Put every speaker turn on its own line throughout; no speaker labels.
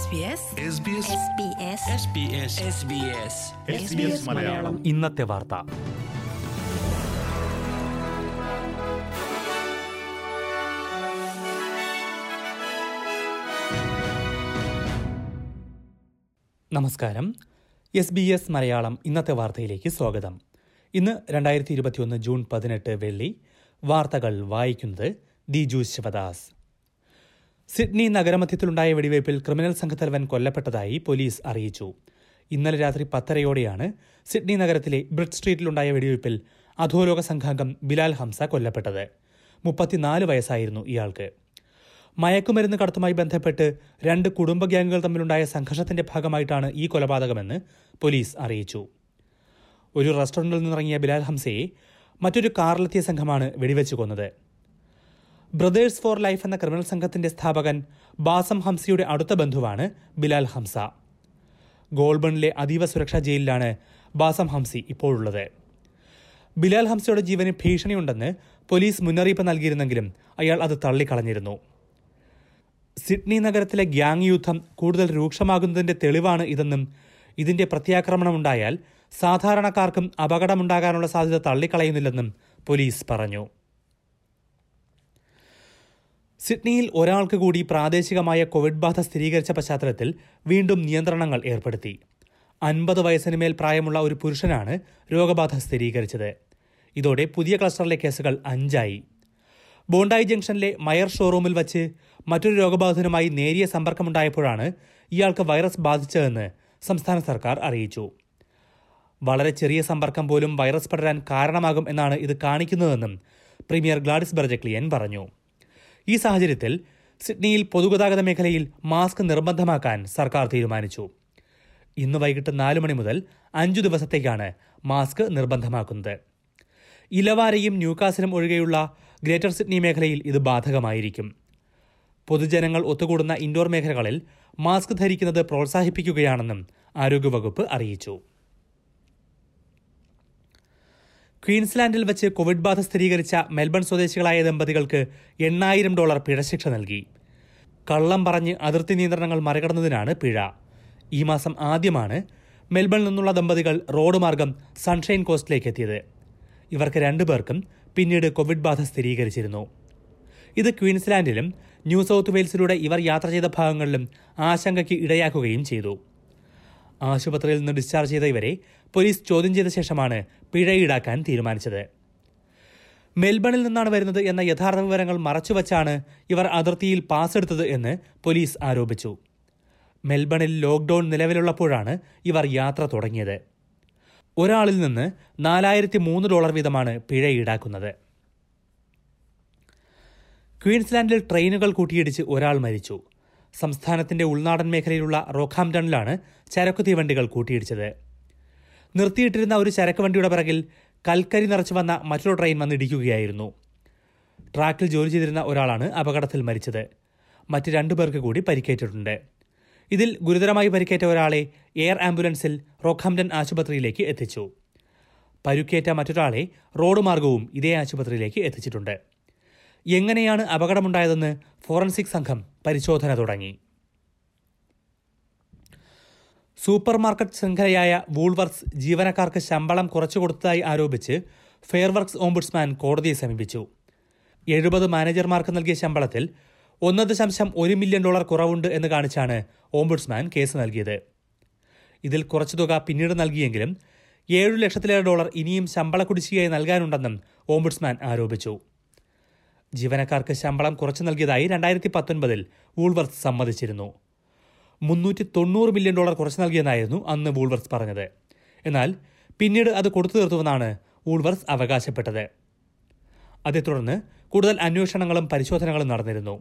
SBS SBS
Malayalam
ഇന്നത്തെ വാർത്ത നമസ്കാരം എസ് ബി എസ് മലയാളം ഇന്നത്തെ വാർത്തയിലേക്ക് സ്വാഗതം ഇന്ന് രണ്ടായിരത്തി ഇരുപത്തിയൊന്ന് ജൂൺ പതിനെട്ട് വെള്ളി വാർത്തകൾ വായിക്കുന്നത് ദിജു ശിവദാസ് സിഡ്നി നഗരമധ്യത്തിലുണ്ടായ വെടിവയ്പിൽ ക്രിമിനൽ സംഘത്തലവൻ കൊല്ലപ്പെട്ടതായി പോലീസ് അറിയിച്ചു ഇന്നലെ രാത്രി പത്തരയോടെയാണ് സിഡ്നി നഗരത്തിലെ ബ്രിഡ് സ്ട്രീറ്റിലുണ്ടായ വെടിവയ്പിൽ അധോലോക സംഘാംഗം ബിലാൽ ഹംസ കൊല്ലപ്പെട്ടത് മുപ്പത്തിനാല് വയസ്സായിരുന്നു ഇയാൾക്ക് മയക്കുമരുന്ന് കടത്തുമായി ബന്ധപ്പെട്ട് രണ്ട് കുടുംബ ഗ്യാങ്ങുകൾ തമ്മിലുണ്ടായ സംഘർഷത്തിന്റെ ഭാഗമായിട്ടാണ് ഈ കൊലപാതകമെന്ന് പോലീസ് അറിയിച്ചു ഒരു റെസ്റ്റോറന്റിൽ നിന്നിറങ്ങിയ ബിലാൽ ഹംസയെ മറ്റൊരു കാറിലെത്തിയ സംഘമാണ് വെടിവെച്ച് കൊന്നത് ബ്രദേഴ്സ് ഫോർ ലൈഫ് എന്ന ക്രിമിനൽ സംഘത്തിന്റെ സ്ഥാപകൻ ബാസം ഹംസയുടെ അടുത്ത ബന്ധുവാണ് ബിലാൽ ഹംസ ഗോൾബണിലെ അതീവ സുരക്ഷാ ജയിലിലാണ് ബാസം ഹംസി ഇപ്പോഴുള്ളത് ബിലാൽ ഹംസയുടെ ജീവന് ഭീഷണിയുണ്ടെന്ന് പോലീസ് മുന്നറിയിപ്പ് നൽകിയിരുന്നെങ്കിലും അയാൾ അത് തള്ളിക്കളഞ്ഞിരുന്നു സിഡ്നി നഗരത്തിലെ ഗ്യാങ് യുദ്ധം കൂടുതൽ രൂക്ഷമാകുന്നതിന്റെ തെളിവാണ് ഇതെന്നും ഇതിന്റെ പ്രത്യാക്രമണമുണ്ടായാൽ സാധാരണക്കാർക്കും അപകടമുണ്ടാകാനുള്ള സാധ്യത തള്ളിക്കളയുന്നില്ലെന്നും പോലീസ് പറഞ്ഞു സിഡ്നിയിൽ ഒരാൾക്ക് കൂടി പ്രാദേശികമായ കോവിഡ് ബാധ സ്ഥിരീകരിച്ച പശ്ചാത്തലത്തിൽ വീണ്ടും നിയന്ത്രണങ്ങൾ ഏർപ്പെടുത്തി അൻപത് വയസ്സിന് മേൽ പ്രായമുള്ള ഒരു പുരുഷനാണ് രോഗബാധ സ്ഥിരീകരിച്ചത് ഇതോടെ പുതിയ ക്ലസ്റ്ററിലെ കേസുകൾ അഞ്ചായി ബോണ്ടായി ജംഗ്ഷനിലെ മയർ ഷോറൂമിൽ വച്ച് മറ്റൊരു രോഗബാധിതനുമായി നേരിയ സമ്പർക്കമുണ്ടായപ്പോഴാണ് ഇയാൾക്ക് വൈറസ് ബാധിച്ചതെന്ന് സംസ്ഥാന സർക്കാർ അറിയിച്ചു വളരെ ചെറിയ സമ്പർക്കം പോലും വൈറസ് പടരാൻ കാരണമാകും എന്നാണ് ഇത് കാണിക്കുന്നതെന്നും പ്രീമിയർ ഗ്ലാഡിസ് ബെർജക്ലിയൻ പറഞ്ഞു ഈ സാഹചര്യത്തിൽ സിഡ്നിയിൽ പൊതുഗതാഗത മേഖലയിൽ മാസ്ക് നിർബന്ധമാക്കാൻ സർക്കാർ തീരുമാനിച്ചു ഇന്ന് വൈകിട്ട് നാല് മണി മുതൽ അഞ്ചു ദിവസത്തേക്കാണ് മാസ്ക് നിർബന്ധമാക്കുന്നത് ഇലവാരയും ന്യൂകാസിലും ഒഴികെയുള്ള ഗ്രേറ്റർ സിഡ്നി മേഖലയിൽ ഇത് ബാധകമായിരിക്കും പൊതുജനങ്ങൾ ഒത്തുകൂടുന്ന ഇൻഡോർ മേഖലകളിൽ മാസ്ക് ധരിക്കുന്നത് പ്രോത്സാഹിപ്പിക്കുകയാണെന്നും ആരോഗ്യവകുപ്പ് അറിയിച്ചു ക്വീൻസ്ലാൻഡിൽ വെച്ച് കോവിഡ് ബാധ സ്ഥിരീകരിച്ച മെൽബൺ സ്വദേശികളായ ദമ്പതികൾക്ക് എണ്ണായിരം ഡോളർ പിഴശിക്ഷ നൽകി കള്ളം പറഞ്ഞ് അതിർത്തി നിയന്ത്രണങ്ങൾ മറികടന്നതിനാണ് പിഴ ഈ മാസം ആദ്യമാണ് മെൽബണിൽ നിന്നുള്ള ദമ്പതികൾ റോഡ് മാർഗം സൺഷൈൻ കോസ്റ്റിലേക്ക് എത്തിയത് ഇവർക്ക് രണ്ടുപേർക്കും പിന്നീട് കോവിഡ് ബാധ സ്ഥിരീകരിച്ചിരുന്നു ഇത് ക്വീൻസ്ലാൻഡിലും ന്യൂ സൗത്ത് വെയിൽസിലൂടെ ഇവർ യാത്ര ചെയ്ത ഭാഗങ്ങളിലും ആശങ്കയ്ക്ക് ഇടയാക്കുകയും ചെയ്തു ആശുപത്രിയിൽ നിന്ന് ഡിസ്ചാർജ് ചെയ്ത ഇവരെ പോലീസ് ചോദ്യം ചെയ്ത ശേഷമാണ് പിഴ ഈടാക്കാൻ തീരുമാനിച്ചത് മെൽബണിൽ നിന്നാണ് വരുന്നത് എന്ന യഥാർത്ഥ വിവരങ്ങൾ മറച്ചുവച്ചാണ് ഇവർ അതിർത്തിയിൽ പാസ് എടുത്തത് എന്ന് പോലീസ് ആരോപിച്ചു മെൽബണിൽ ലോക്ക്ഡൌൺ നിലവിലുള്ളപ്പോഴാണ് ഇവർ യാത്ര തുടങ്ങിയത് ഒരാളിൽ നിന്ന് നാലായിരത്തി മൂന്ന് ഡോളർ വീതമാണ് പിഴ ഈടാക്കുന്നത് ക്വീൻസ്ലാൻഡിൽ ട്രെയിനുകൾ കൂട്ടിയിടിച്ച് ഒരാൾ മരിച്ചു സംസ്ഥാനത്തിന്റെ ഉൾനാടൻ മേഖലയിലുള്ള റോഖാംടണിലാണ് ചരക്കു തീവണ്ടികൾ കൂട്ടിയിടിച്ചത് നിർത്തിയിട്ടിരുന്ന ഒരു ചരക്ക് വണ്ടിയുടെ പിറകിൽ കൽക്കരി നിറച്ചു വന്ന മറ്റൊരു ട്രെയിൻ വന്നിടിക്കുകയായിരുന്നു ട്രാക്കിൽ ജോലി ചെയ്തിരുന്ന ഒരാളാണ് അപകടത്തിൽ മരിച്ചത് മറ്റ് രണ്ടു പേർക്ക് കൂടി പരിക്കേറ്റിട്ടുണ്ട് ഇതിൽ ഗുരുതരമായി പരിക്കേറ്റ ഒരാളെ എയർ ആംബുലൻസിൽ റോഖാംടൺ ആശുപത്രിയിലേക്ക് എത്തിച്ചു പരുക്കേറ്റ മറ്റൊരാളെ റോഡ് മാർഗവും ഇതേ ആശുപത്രിയിലേക്ക് എത്തിച്ചിട്ടുണ്ട് എങ്ങനെയാണ് അപകടമുണ്ടായതെന്ന് ഫോറൻസിക് സംഘം പരിശോധന തുടങ്ങി സൂപ്പർമാർക്കറ്റ് ശൃംഖലയായ വൂൾവർക്സ് ജീവനക്കാർക്ക് ശമ്പളം കുറച്ചു കൊടുത്തതായി ആരോപിച്ച് ഫെയർവർക്സ് ഓംബുഡ്സ്മാൻ കോടതിയെ സമീപിച്ചു എഴുപത് മാനേജർമാർക്ക് നൽകിയ ശമ്പളത്തിൽ ഒന്ന് ദശാംശം ഒരു മില്യൺ ഡോളർ കുറവുണ്ട് എന്ന് കാണിച്ചാണ് ഓംബുഡ്സ്മാൻ കേസ് നൽകിയത് ഇതിൽ കുറച്ചു തുക പിന്നീട് നൽകിയെങ്കിലും ഏഴു ലക്ഷത്തിലേറെ ഡോളർ ഇനിയും ശമ്പള കുടിശ്ശികയായി നൽകാനുണ്ടെന്നും ഓംബുഡ്സ്മാൻ ആരോപിച്ചു ജീവനക്കാർക്ക് ശമ്പളം കുറച്ചു നൽകിയതായി രണ്ടായിരത്തി പത്തൊൻപതിൽ വൂൾവർത്ത് സമ്മതിച്ചിരുന്നു മുന്നൂറ്റി തൊണ്ണൂറ് മില്യൺ ഡോളർ കുറച്ചു നൽകിയെന്നായിരുന്നു അന്ന് വൂൾവർത്ത് പറഞ്ഞത് എന്നാൽ പിന്നീട് അത് കൊടുത്തു തീർത്തുവെന്നാണ് വൂൾവർത്ത് അവകാശപ്പെട്ടത് അതേ തുടർന്ന് കൂടുതൽ അന്വേഷണങ്ങളും പരിശോധനകളും നടന്നിരുന്നു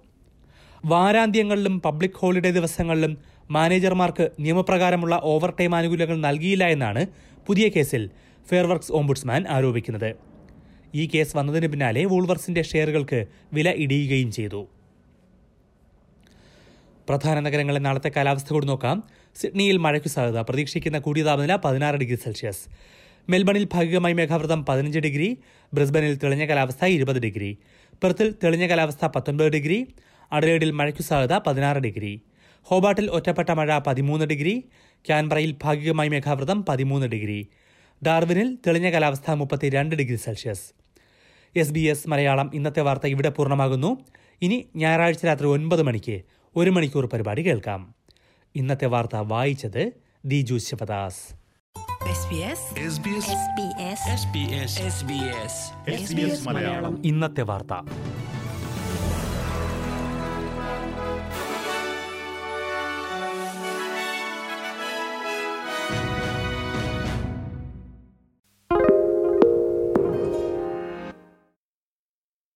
വാരാന്ത്യങ്ങളിലും പബ്ലിക് ഹോളിഡേ ദിവസങ്ങളിലും മാനേജർമാർക്ക് നിയമപ്രകാരമുള്ള ഓവർടൈം ആനുകൂല്യങ്ങൾ നൽകിയില്ല എന്നാണ് പുതിയ കേസിൽ ഫെയർവർക്സ് ഓംബുഡ്സ്മാൻ ആരോപിക്കുന്നത് ഈ കേസ് വന്നതിന് പിന്നാലെ വൂൾവർസിന്റെ ഷെയറുകൾക്ക് വില ഇടിയുകയും ചെയ്തു പ്രധാന നഗരങ്ങളിലെ നാളത്തെ കാലാവസ്ഥ കൂടി നോക്കാം സിഡ്നിയിൽ മഴയ്ക്ക് സാധ്യത പ്രതീക്ഷിക്കുന്ന കൂടിയ താപനില പതിനാറ് ഡിഗ്രി സെൽഷ്യസ് മെൽബണിൽ ഭാഗികമായി മേഘാവൃതം പതിനഞ്ച് ഡിഗ്രി ബ്രിസ്ബനിൽ തെളിഞ്ഞ കാലാവസ്ഥ ഇരുപത് ഡിഗ്രി പെർത്തിൽ തെളിഞ്ഞ കാലാവസ്ഥ പത്തൊൻപത് ഡിഗ്രി അഡലേഡിൽ മഴയ്ക്ക് സാധ്യത പതിനാറ് ഡിഗ്രി ഹോബാട്ടിൽ ഒറ്റപ്പെട്ട മഴ പതിമൂന്ന് ഡിഗ്രി ക്യാൻബറയിൽ ഭാഗികമായി മേഘാവൃതം പതിമൂന്ന് ഡിഗ്രി ഡാർവിനിൽ തെളിഞ്ഞ കാലാവസ്ഥ മുപ്പത്തിരണ്ട് degree Celsius S B S Malayalam ഇന്നത്തെ വാർത്ത ഇവിടെ പൂർണ്ണമാകുന്നു ഇനി ഞായറാഴ്ച രാത്രി ഒൻപത് മണിക്ക് ഒരു മണിക്കൂർ പരിപാടി കേൾക്കാം ഇന്നത്തെ വാർത്ത വായിച്ചത് Diju Sivadas
SBS
SBS
SBS
SBS
SBS Malayalam
ഇന്നത്തെ വാർത്ത